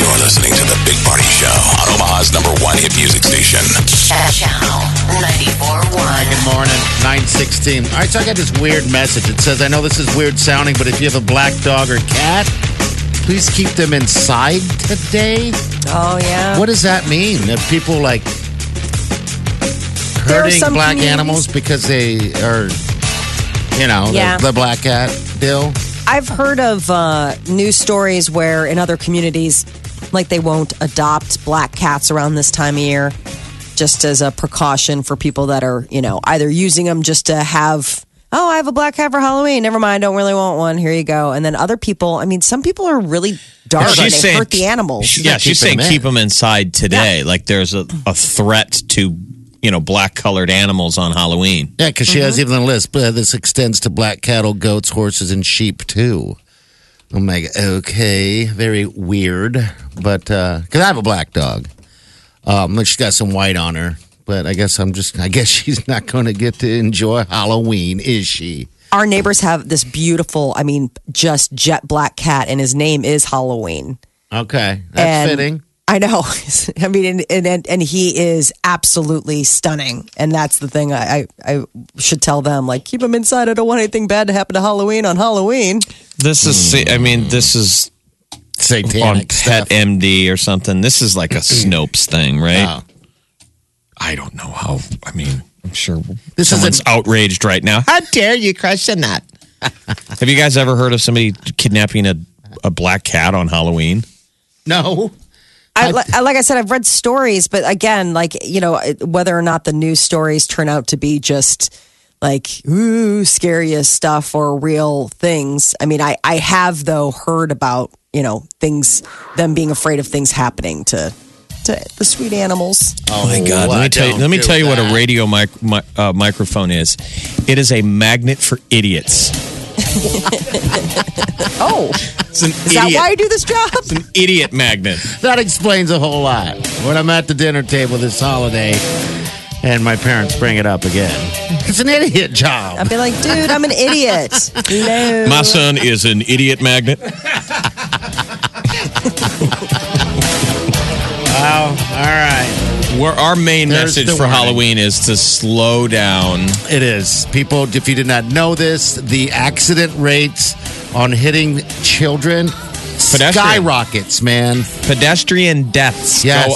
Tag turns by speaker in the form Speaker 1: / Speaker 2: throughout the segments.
Speaker 1: You're listening to The Big Party Show on Omaha's number one hit music station.
Speaker 2: Channel 94.1.
Speaker 3: Good morning, 916. All right, so I got this weird message. It says, I know this is weird sounding, but if you have a black dog or cat, please keep them inside today.
Speaker 4: Oh yeah.
Speaker 3: What does that mean? That people like
Speaker 4: There are
Speaker 3: hurting
Speaker 4: some
Speaker 3: black
Speaker 4: communities-
Speaker 3: animals because they are, you know, the-
Speaker 4: Yeah.
Speaker 3: the, black cat deal?
Speaker 4: I've heard of uh, news stories where in other communities, like they won't adopt black cats around this time of year, just as a precaution for people that are, you know, either using them just to have. Oh, I have a black cat for Halloween. Never mind. Don't really want one. Here you go. And then other people. I mean, some people are really dark.
Speaker 5: Yeah,
Speaker 4: and
Speaker 5: she's
Speaker 4: they
Speaker 5: saying-
Speaker 4: hurt the animals.
Speaker 3: She's
Speaker 5: yeah,
Speaker 3: not
Speaker 5: she's saying
Speaker 3: keeping them in.
Speaker 5: keep them inside today. Like there's a, a threat to you know black colored animals on Halloween.
Speaker 3: Yeah, because she has even a list. But this extends to black cattle, goats, horses, and sheep too. I'm like, okay, very weird. But because I have a black dog, um, and she's got some white on her. But I guess I'm just. I guess she's not going to get to enjoy Halloween, is she?
Speaker 4: Our neighbors have this beautiful. I mean, just jet black cat, and his name is Halloween.
Speaker 3: Okay,
Speaker 4: And-
Speaker 3: that's fitting.
Speaker 4: I know. I mean, and, and and he is absolutely stunning, and that's the thing. I, I I should tell them like keep him inside. I don't want anything bad to happen to Halloween on Halloween.
Speaker 5: This is I mean this is on
Speaker 3: Satanic
Speaker 5: Pet
Speaker 3: stuff.
Speaker 5: MD or something. This is like a Snopes thing, right?
Speaker 3: Oh.
Speaker 5: I don't know how. I mean, I'm sure
Speaker 3: This
Speaker 5: someone's
Speaker 3: is a,
Speaker 5: outraged right now. How dare you question that? Have you guys ever heard of somebody kidnapping a a black cat on Halloween?
Speaker 3: no.
Speaker 4: I, li- I, like I said, I've read stories, but again, like you know, whether or not the news stories turn out to be just like ooh scariest stuff or real things. I mean, I I have though heard about you know things them being afraid of things happening to to the sweet animals.
Speaker 3: Oh my
Speaker 5: God, let me tell you, let me tell you what a radio mic- mi- uh, microphone is. It is a magnet for idiots.
Speaker 4: Oh.
Speaker 5: It's an
Speaker 4: Is
Speaker 5: idiot.
Speaker 4: that why I do this job?
Speaker 5: an idiot magnet.
Speaker 3: That explains a whole lot. When I'm at the dinner table this holiday and my parents bring it up again, it's an idiot job.
Speaker 4: I'd be like, dude, I'm an idiot. No.
Speaker 5: My son is an idiot magnet.
Speaker 3: Wow. All right.
Speaker 5: Where our main
Speaker 3: There's
Speaker 5: message
Speaker 3: the
Speaker 5: for
Speaker 3: warning.
Speaker 5: Halloween is to slow down.
Speaker 3: It is. People, if you did not know this, the accident rates on hitting children
Speaker 5: Pedestrian.
Speaker 3: skyrockets, man.
Speaker 5: Pedestrian deaths
Speaker 3: Yes.
Speaker 5: go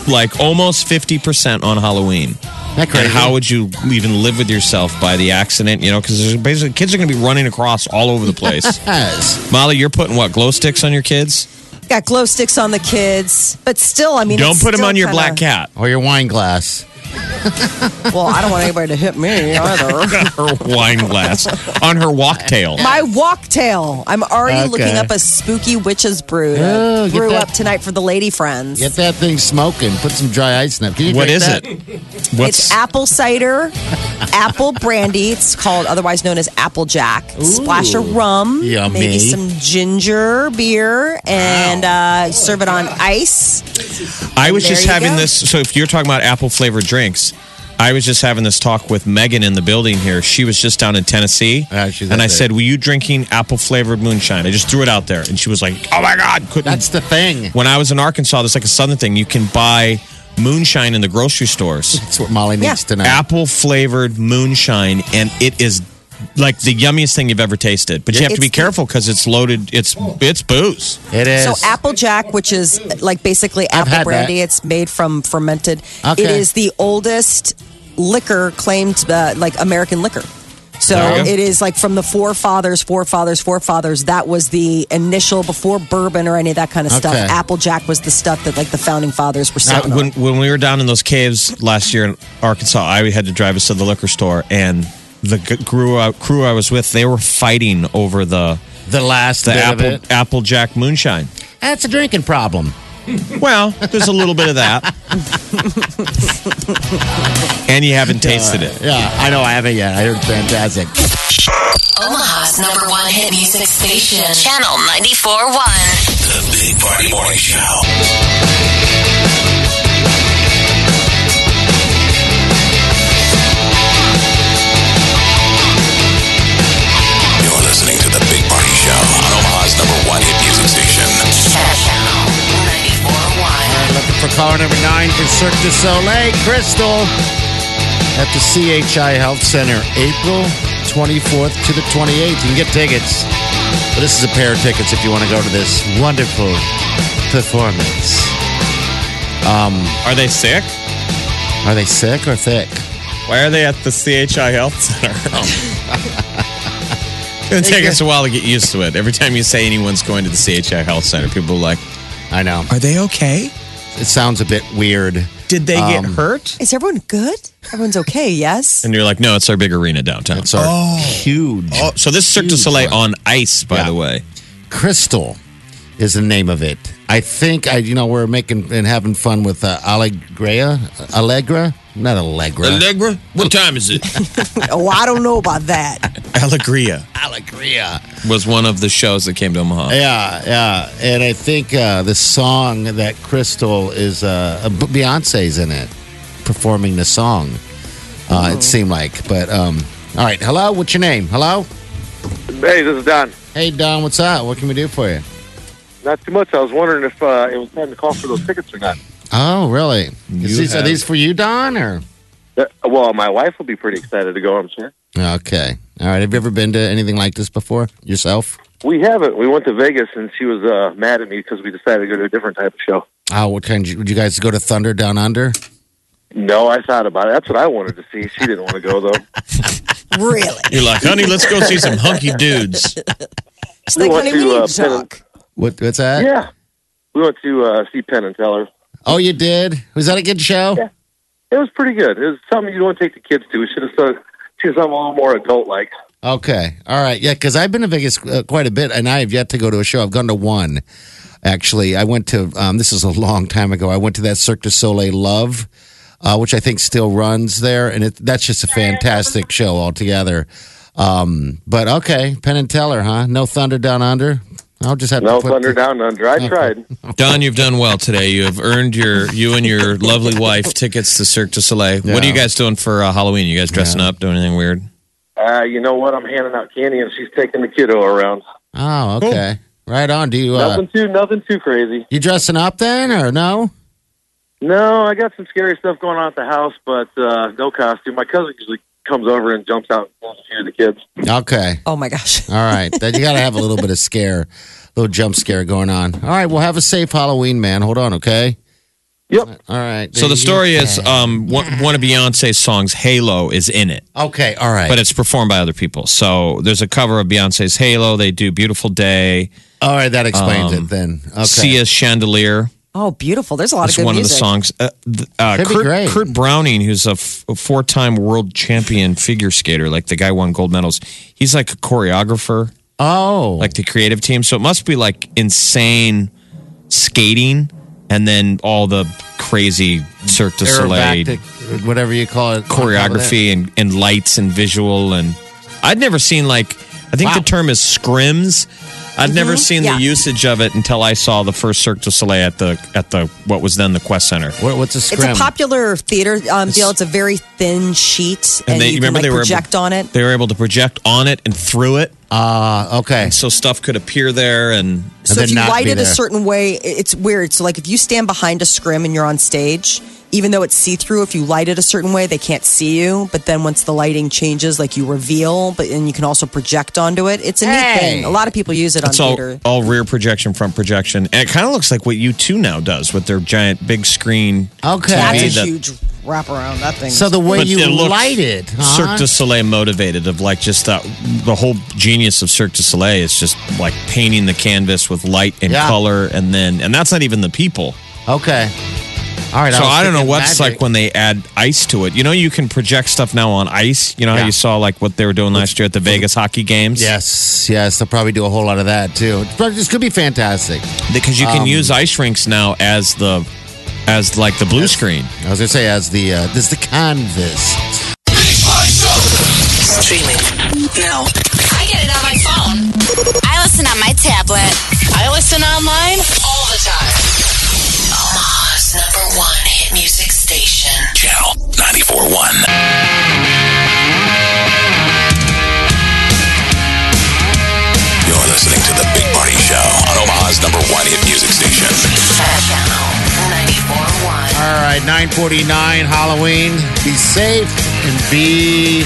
Speaker 5: up like almost 50% on Halloween.
Speaker 3: That crazy.
Speaker 5: And how would you even live with yourself by the accident? You know, because basically kids are going to be running across all over the place.
Speaker 3: Yes.
Speaker 5: Molly, you're putting what glow sticks on your kids?
Speaker 4: Got glow sticks on the kids, but still, I mean,
Speaker 5: Don't
Speaker 4: it's
Speaker 5: put them
Speaker 4: still
Speaker 5: on your
Speaker 4: kinda-
Speaker 5: black cat
Speaker 3: Or your wine glass.
Speaker 4: Well, I don't want anybody to hit me either.
Speaker 5: her wine glass on her walktail.
Speaker 4: My walktail. I'm already
Speaker 3: Okay.
Speaker 4: looking up a spooky witch's brew.
Speaker 3: Oh,
Speaker 4: to
Speaker 3: get
Speaker 4: brew
Speaker 3: that-
Speaker 4: up tonight for the lady friends.
Speaker 3: Get that thing smoking. Put some dry ice in it. Can you
Speaker 5: What
Speaker 3: drink
Speaker 5: is
Speaker 3: that?
Speaker 5: it? What's
Speaker 4: It's apple cider, apple brandy. It's called, otherwise known as Apple Jack. Splash of rum,
Speaker 3: Yummy.
Speaker 4: maybe some ginger beer, and uh, serve it on ice.
Speaker 5: I was
Speaker 4: There
Speaker 5: just
Speaker 4: you
Speaker 5: having
Speaker 4: go.
Speaker 5: this. So if you're talking about apple flavored drinks, I was just having this talk with Megan in the building here. She was just down in Tennessee,
Speaker 3: Ah, she's
Speaker 5: and
Speaker 3: up there.
Speaker 5: I said, "Were you drinking apple flavored moonshine?" I just threw it out there, and she was like, "Oh my god, couldn't."
Speaker 3: That's the thing.
Speaker 5: when I was in Arkansas, there's like a southern thing. You can buy moonshine in the grocery stores,
Speaker 3: That's what Molly needs
Speaker 4: Yeah.
Speaker 3: to know.
Speaker 5: apple flavored moonshine, and it is. Like the yummiest thing you've ever tasted, but you have to
Speaker 4: It's
Speaker 5: be
Speaker 4: the-
Speaker 5: careful because it's loaded. It's it's booze.
Speaker 3: It is.
Speaker 4: So Applejack, which is like basically
Speaker 3: I've
Speaker 4: apple
Speaker 3: had
Speaker 4: brandy,
Speaker 3: that.
Speaker 4: it's made from fermented. It
Speaker 3: Okay.
Speaker 4: is the oldest liquor claimed, uh, like American liquor. So
Speaker 5: There you go.
Speaker 4: it is like from the forefathers, forefathers, forefathers. That was the initial before bourbon or any of that kind of stuff.
Speaker 3: Okay.
Speaker 4: Applejack was the stuff that like the founding fathers were
Speaker 5: Uh,
Speaker 4: sipping.
Speaker 5: when
Speaker 4: on.
Speaker 5: when we were down in those caves last year in Arkansas, I had to drive us to the liquor store, and the g- crew I, crew I was with, they were fighting over the
Speaker 3: The last
Speaker 5: the
Speaker 3: bit of
Speaker 5: apple
Speaker 3: it.
Speaker 5: applejack moonshine.
Speaker 3: That's a drinking problem.
Speaker 5: Well, there's a little bit of that. and you haven't tasted it.
Speaker 3: Yeah, I know I haven't yet. I heard fantastic.
Speaker 2: Omaha's number one hit music station, Channel 94.1.
Speaker 1: The Big Party Morning Show. You're listening to The Big Party Show on Omaha's number one hit music station.
Speaker 2: Channel 94.1.
Speaker 3: Looking for caller number nine for Cirque du Soleil, Crystal, at the CHI Health Center, April 24th to the 28th. You can get tickets. But this is a pair of tickets if you want to go to this wonderful performance.
Speaker 5: Are they sick?
Speaker 3: Are they sick or thick?
Speaker 5: Why are they at the CHI Health Center? it's going to take us a while to get used to it. Every time you say anyone's going to the CHI Health Center, people are like,
Speaker 3: I know.
Speaker 5: Are they okay?
Speaker 3: It sounds a bit weird.
Speaker 5: Did they get
Speaker 3: Um,
Speaker 5: hurt?
Speaker 4: Is everyone good? Everyone's okay, yes?
Speaker 5: And you're like, No, it's our big arena downtown.
Speaker 3: It's our huge.
Speaker 5: Oh, so this is Cirque du
Speaker 3: Huge
Speaker 5: Soleil
Speaker 3: one.
Speaker 5: on ice, by
Speaker 3: Yeah.
Speaker 5: the way.
Speaker 3: Crystal is the name of it. I think I, you know, we're making and having fun with uh, Allegra, Allegra, not Allegra,
Speaker 5: Allegra? What time is it?
Speaker 4: Oh, I don't know about that.
Speaker 5: Allegria
Speaker 3: Allegria.
Speaker 5: was one of the shows that came to Omaha.
Speaker 3: Yeah, yeah, and I think uh, the song that Crystal is uh, uh, B- Beyonce's in it, performing the song. Uh,
Speaker 5: Mm-hmm.
Speaker 3: It seemed like, but um, all right. Hello, what's your name? Hello,
Speaker 6: Hey, this is Don.
Speaker 3: hey Don, what's up? What can we do for you?
Speaker 6: Not too much. I was wondering if uh, it was time to call for those tickets or not.
Speaker 3: Oh, really? Is
Speaker 5: You
Speaker 3: these,
Speaker 5: have-
Speaker 3: Are these for you, Don, or?
Speaker 6: That- Uh, well, my wife will be pretty excited to go. I'm sure.
Speaker 3: Okay. All right. Have you ever been to anything like this before yourself?
Speaker 6: We haven't. We went to Vegas, and she was uh, mad at me because we decided to go to a different type of show.
Speaker 3: Oh, what kind? Would you guys go to Thunder Down Under?
Speaker 6: No, I thought about it. That's what I wanted to see. She didn't want to go though.
Speaker 4: Really?
Speaker 5: You're like, honey, let's go see some hunky dudes.
Speaker 4: It's like,
Speaker 6: want
Speaker 4: honey, we
Speaker 6: to,
Speaker 4: need
Speaker 6: uh,
Speaker 4: to
Speaker 6: pin
Speaker 4: talk.
Speaker 3: What, what's that?
Speaker 6: yeah, we went to uh, see Penn and Teller.
Speaker 3: Oh, you did. Was that a good show?
Speaker 6: Yeah. It was pretty good. It was something you don't take the kids to. We should have started. She was something a little more adult like.
Speaker 3: Okay. All right. Yeah, because I've been to Vegas uh, quite a bit, and I have yet to go to a show. I've gone to one. Actually, I went to. Um, this is a long time ago. I went to that Cirque du Soleil Love, uh, which I think still runs there, and it, that's just a fantastic show altogether. Um, but okay, Penn and Teller, huh? No Thunder Down Under. I'll just have
Speaker 6: No
Speaker 3: to put
Speaker 6: thunder down under. I tried.
Speaker 5: Don, you've done well today. You have earned your you and your lovely wife tickets to Cirque du Soleil. What are you
Speaker 3: Yeah.
Speaker 5: guys doing for uh, Halloween? You guys dressing up, doing anything weird?
Speaker 6: Uh, you know what? I'm handing out candy, and she's taking the kiddo around.
Speaker 3: Oh, okay. Right on. Do you uh,
Speaker 6: Nothing too, nothing too crazy.
Speaker 3: you dressing up then or no?
Speaker 6: No, I got some scary stuff going on at the house, but uh, no costume. My cousin usually comes over and jumps out and scares the kids.
Speaker 3: Okay.
Speaker 4: Oh my gosh.
Speaker 3: All right. Then you got to have a little bit of scare, little jump scare going on. All right. Well, have a safe Halloween, man. Hold on, okay?
Speaker 6: Yep.
Speaker 3: All right.
Speaker 5: So the story is um, one, one of Beyonce's songs, Halo, is in it,
Speaker 3: Okay. All right.
Speaker 5: but it's performed by other people. So there's a cover of Beyonce's Halo. They do Beautiful Day,
Speaker 3: all right. That explains
Speaker 5: um,
Speaker 3: it then. Okay.
Speaker 5: Sia's Chandelier.
Speaker 4: Oh, beautiful. There's a lot
Speaker 5: That's
Speaker 4: of good
Speaker 5: one
Speaker 4: music.
Speaker 5: of the songs. Uh, th- uh,
Speaker 3: Could be
Speaker 5: Kurt,
Speaker 3: great.
Speaker 5: Kurt Browning, who's a f- a four-time world champion figure skater, like the guy won gold medals. He's like a choreographer.
Speaker 3: Oh.
Speaker 5: like the creative team. So it must be like insane skating and then all the crazy Cirque du Soleil
Speaker 3: Aerobactic, whatever you call it.
Speaker 5: choreography and, and lights and visual. And I'd never seen like, I think
Speaker 3: Wow.
Speaker 5: the term is scrims. I'd never seen
Speaker 4: Mm-hmm. Yeah.
Speaker 5: the usage of it until I saw the first Cirque du Soleil at the at the what was then the Quest Center.
Speaker 3: What, what's a
Speaker 4: It's
Speaker 3: scrim?
Speaker 4: a popular theater um, deal. It's a very thin sheet, and, you can, like, project
Speaker 5: able,
Speaker 4: on it.
Speaker 5: They were able to project on it and through it,
Speaker 3: Ah, okay.
Speaker 5: so stuff could appear there. And
Speaker 4: So
Speaker 3: then
Speaker 4: if you
Speaker 3: not
Speaker 4: light
Speaker 3: be
Speaker 4: it a
Speaker 3: there.
Speaker 4: certain way, i- it's weird. So like if you stand behind a scrim and you're on stage, even though it's see through, if you light it a certain way, they can't see you. But then once the lighting changes, like you reveal, but and you can also project onto it. It's a neat thing. A lot of people use it on
Speaker 5: It's all,
Speaker 4: theater.
Speaker 5: all rear projection, front projection, and it kind of looks like what U2 now does with their giant big screen.
Speaker 3: Okay.
Speaker 5: TV
Speaker 4: That's a
Speaker 5: that-
Speaker 4: huge wraparound. That thing.
Speaker 3: So the way
Speaker 5: But
Speaker 3: you
Speaker 5: it looks
Speaker 3: light it, huh?
Speaker 5: Cirque du Soleil motivated of like just that the whole genius of Cirque du Soleil is just like painting the canvas with light and
Speaker 3: Yeah.
Speaker 5: color, and then and that's not even the people.
Speaker 3: Okay. All right.
Speaker 5: so
Speaker 3: was
Speaker 5: I don't know
Speaker 3: thinking
Speaker 5: what's
Speaker 3: magic.
Speaker 5: like when they add ice to it. You know, you can project stuff now on ice. You know how
Speaker 3: Yeah. Mm-hmm.
Speaker 5: you saw like what they were doing last year at the Vegas hockey games.
Speaker 3: Yes, yes. They'll probably do a whole lot of that too. But this could be fantastic.
Speaker 5: because you can
Speaker 3: Um,
Speaker 5: use ice rinks now as the as like the blue screen.
Speaker 3: I was gonna say as the uh, this is the canvas.
Speaker 2: Streaming. No. I get it on my phone. I listen on my tablet. I listen online all the time.
Speaker 7: Omaha's number one hit music station.
Speaker 1: Channel 941. You're listening to The Big Party Show on Omaha's number one hit music station.
Speaker 7: Channel 941.
Speaker 3: All right, 949 Halloween. Be safe and be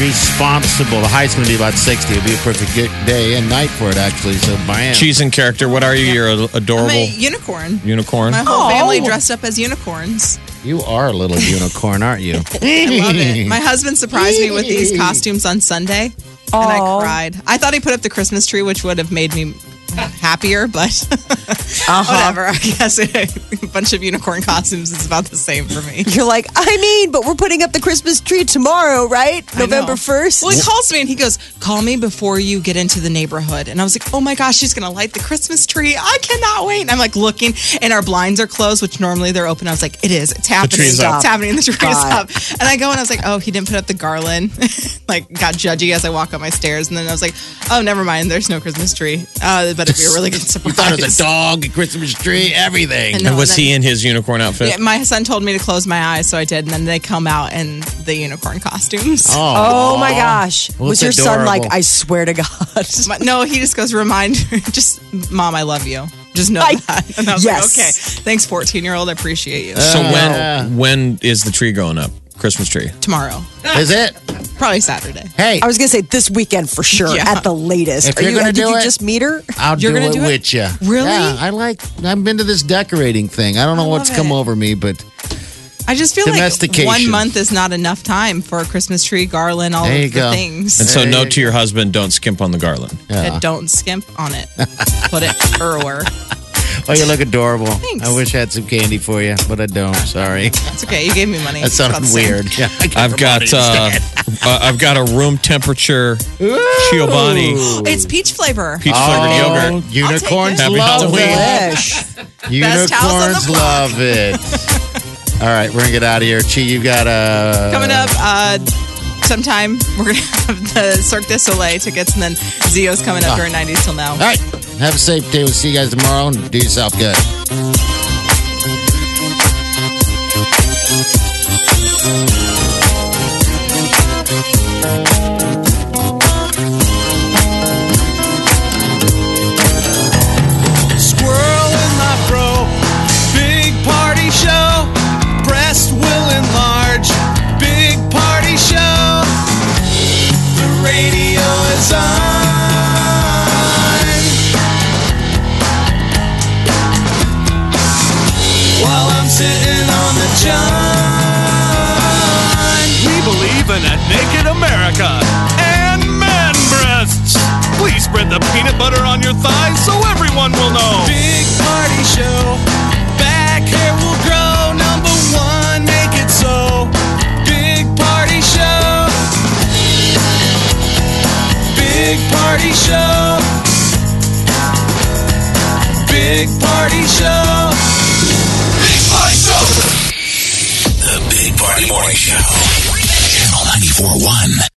Speaker 3: responsible. The high's going to be about 60. It'll be a perfect good day and night for it, actually. So, bam.
Speaker 5: She's in character. What are you? You're a adorable
Speaker 8: I'm a unicorn.
Speaker 5: unicorn.
Speaker 8: My whole family dressed up as unicorns.
Speaker 3: You are a little unicorn, aren't you?
Speaker 8: I love it. My husband surprised me with these costumes on Sunday, and I cried. I thought he put up the Christmas tree, which would have made me happier, but whatever. I guess a bunch of unicorn costumes is about the same for me.
Speaker 4: You're like, I mean, but we're putting up the Christmas tree tomorrow, right?
Speaker 8: I know.
Speaker 4: November 1st.
Speaker 8: Well, he calls me and he goes, Call me before you get into the neighborhood. And I was like, Oh my gosh, she's going to light the Christmas tree. I cannot wait. And I'm like looking, and our blinds are closed, which normally they're open. I was like, It is. It's happening.
Speaker 5: tree's
Speaker 4: up.
Speaker 8: It's happening. The tree is
Speaker 4: God.
Speaker 8: up. And I go and I was like, Oh, he didn't put up the garland. like, got judgy as I walk up my stairs. And then I was like, Oh, never mind. There's no Christmas tree. Uh, it better be a really good surprise.
Speaker 3: You thought it was a dog, a Christmas tree, everything.
Speaker 8: And
Speaker 5: and was
Speaker 8: then-
Speaker 5: he in his unicorn outfit?
Speaker 8: Yeah, my son told me to close my eyes, so I did. And then they come out in the unicorn costumes.
Speaker 4: Oh my gosh.
Speaker 3: Well,
Speaker 4: was your
Speaker 3: it's
Speaker 4: son like,
Speaker 3: adorable.
Speaker 4: I swear to God?
Speaker 8: My- no, he just goes, remind, just, mom, I love you. Just know
Speaker 4: I-
Speaker 8: that. And I was
Speaker 4: Yes.
Speaker 8: like, okay, thanks, 14 year old. I appreciate
Speaker 3: Uh,
Speaker 8: you.
Speaker 5: so when when is the tree going up? Christmas tree.
Speaker 8: Tomorrow,
Speaker 3: uh, Is it?
Speaker 8: probably Saturday.
Speaker 3: Hey,
Speaker 4: I was going to say this weekend for sure,
Speaker 8: Yeah.
Speaker 4: at the latest.
Speaker 3: If
Speaker 4: Are
Speaker 3: you're
Speaker 4: you
Speaker 3: gonna
Speaker 4: Did
Speaker 3: do
Speaker 4: you
Speaker 3: it-
Speaker 4: just meet her?
Speaker 3: I'll
Speaker 8: You're
Speaker 3: do
Speaker 8: gonna
Speaker 3: it
Speaker 8: do
Speaker 3: with
Speaker 8: it?
Speaker 3: you.
Speaker 8: Really?
Speaker 3: Yeah, I like, I've been to this decorating thing. I don't know what's
Speaker 8: love
Speaker 3: come
Speaker 8: it.
Speaker 3: over me, but
Speaker 8: I just feel like
Speaker 3: Domestication.
Speaker 8: one month is not enough time for a Christmas tree, garland, all
Speaker 3: There you
Speaker 8: of the
Speaker 3: go.
Speaker 5: And
Speaker 8: things.
Speaker 5: so,
Speaker 3: There
Speaker 5: no
Speaker 3: you
Speaker 5: to your husband. Don't skimp on the garland.
Speaker 8: And don't skimp on it. Put it everywhere.
Speaker 3: oh, you look adorable.
Speaker 8: Thanks.
Speaker 3: I wish I had some candy for you, but I don't. Sorry.
Speaker 8: It's okay. You gave me money.
Speaker 3: That sounded
Speaker 8: About the same.
Speaker 3: weird. Yeah, I
Speaker 5: I've got uh, uh, I've got a room temperature Giovanni
Speaker 8: It's peach flavor.
Speaker 5: peach flavored
Speaker 3: Oh,
Speaker 5: yogurt.
Speaker 3: unicorns
Speaker 5: Happy
Speaker 4: Oh,
Speaker 3: love it.
Speaker 4: Delish.
Speaker 8: Best house on the
Speaker 3: Unicorns
Speaker 8: block.
Speaker 3: love it. All right, we're gonna get out of here. Chi, you've got a
Speaker 8: Coming up, uh, sometime we're going to have the Cirque du Soleil tickets, and then Zio's coming
Speaker 3: Ah.
Speaker 8: up during 90s till now.
Speaker 3: All right, have a safe day. We'll see you guys tomorrow, and do yourself good.
Speaker 5: Squirrel in my bro. Big party show. Breast will enlarge. Big party show. The radio is on. While I'm sitting on the john.
Speaker 9: We believe in a naked America and man breasts. Please spread the peanut butter on your thighs so everyone will know.
Speaker 5: Big party show. Back hair will grow. Number one, make it so. Big party show. Big party show. Big party show.
Speaker 1: Big Party Show. The Big Party Morning Show. Channel 941.